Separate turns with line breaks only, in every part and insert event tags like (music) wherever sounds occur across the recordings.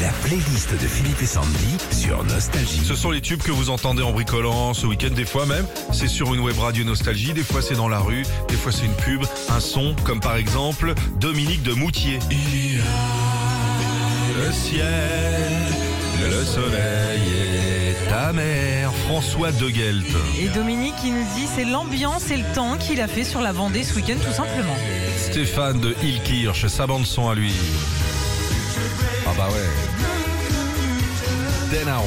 La playlist de Philippe et Sandy sur Nostalgie.
Ce sont les tubes que vous entendez en bricolant ce week-end, des fois même. C'est sur une web radio nostalgie, des fois c'est dans la rue, des fois c'est une pub, un son, comme par exemple Dominique de Moutier. Il y a le ciel, le soleil et ta mère, François De Guelte.
Et Dominique, il nous dit, c'est l'ambiance et le temps qu'il a fait sur la Vendée ce week-end, tout simplement.
Stéphane de Hilkirch, sa bande son à lui. Ah bah ouais. Denaro.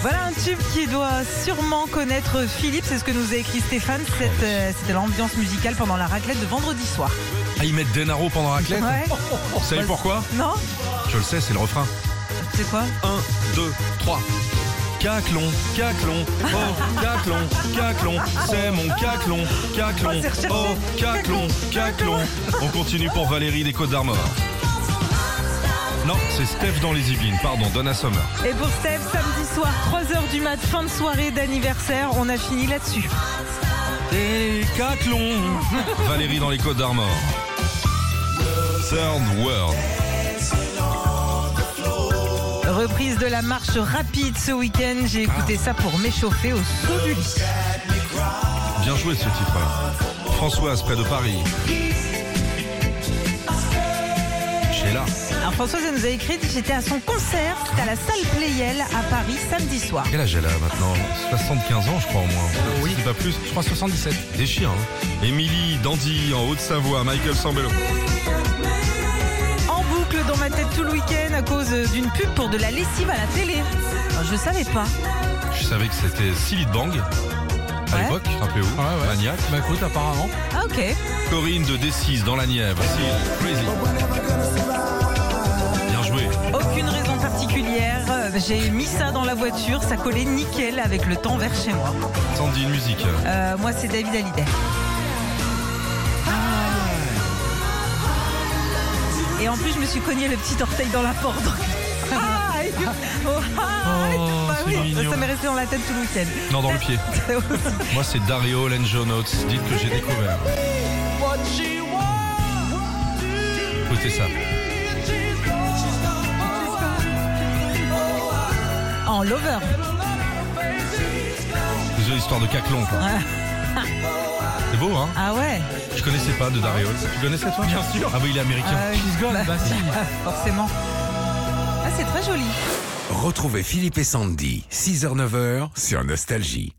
Voilà un tube qui doit sûrement connaître Philippe, c'est ce que nous a écrit Stéphane. Cette, euh, C'était l'ambiance musicale pendant la raclette de vendredi soir.
Ah, ils mettent Denaro pendant la clé
Ouais.
Vous savez pourquoi
Non
Je le sais, c'est le refrain.
C'est quoi
1, 2, 3. Caclon, caclon, oh, caclon, caclon, c'est mon caclon,
Oh,
caclon,
c'est recherché.
oh, caclon, caclon. On continue pour Valérie des Côtes d'Armor. Non, c'est Steph dans les Yvelines, pardon, Donna Summer.
Et pour Steph, samedi soir, 3h du mat, fin de soirée d'anniversaire, on a fini là-dessus.
Et caclon, Valérie dans les Côtes d'Armor. Third World.
Reprise de la marche rapide ce week-end, j'ai écouté ça pour m'échauffer au saut du lit.
Bien joué ce titre. Françoise, près de Paris. Sheila.
Alors Françoise, elle nous a écrit, j'étais à son concert, c'était à la salle Playel à Paris samedi soir.
Quel âge elle a maintenant 75 ans, je crois, au moins. oui. Pas plus. Je crois 77. Des chiens. Hein. Émilie, Dandy, en Haute-Savoie, Michael Sambello.
En boucle dans ma tête tout le week-end à cause d'une pub pour de la lessive à la télé. Alors, Je savais pas.
Je savais que c'était Silid Bang. À
Ouais.
l'époque, un peu où
ouais.
Maniac.
Bah écoute, apparemment.
Ah ok.
Corinne de D6 dans la Nièvre. Seal, Crazy. Bien joué.
Aucune raison particulière. Euh, J'ai mis ça dans la voiture, ça collait nickel avec le temps vers chez moi.
Sandy Musique.
Euh, moi c'est David Hallyday. Et en plus je me suis cogné le petit orteil dans la porte.
(laughs)
Aïe Oh, aïe
Ah, Oh,
Bah
c'est
oui,
mignon.
ça m'est resté dans la tête tout le
(laughs)
week-end.
Non, dans le pied. Moi, c'est Dario Lenjo Notes. Dites que j'ai découvert. Écoutez ça.
en lover.
C'est l'histoire de Caclon, quoi. C'est beau, hein
Ah ouais
Je connaissais pas de Dario. Tu connaissais toi Bien sûr. Ah oui, il est américain.
Ah oui. Bah, Forcément. Ah c'est très joli.
Retrouvez Philippe et Sandy, 6h-9h sur Nostalgie.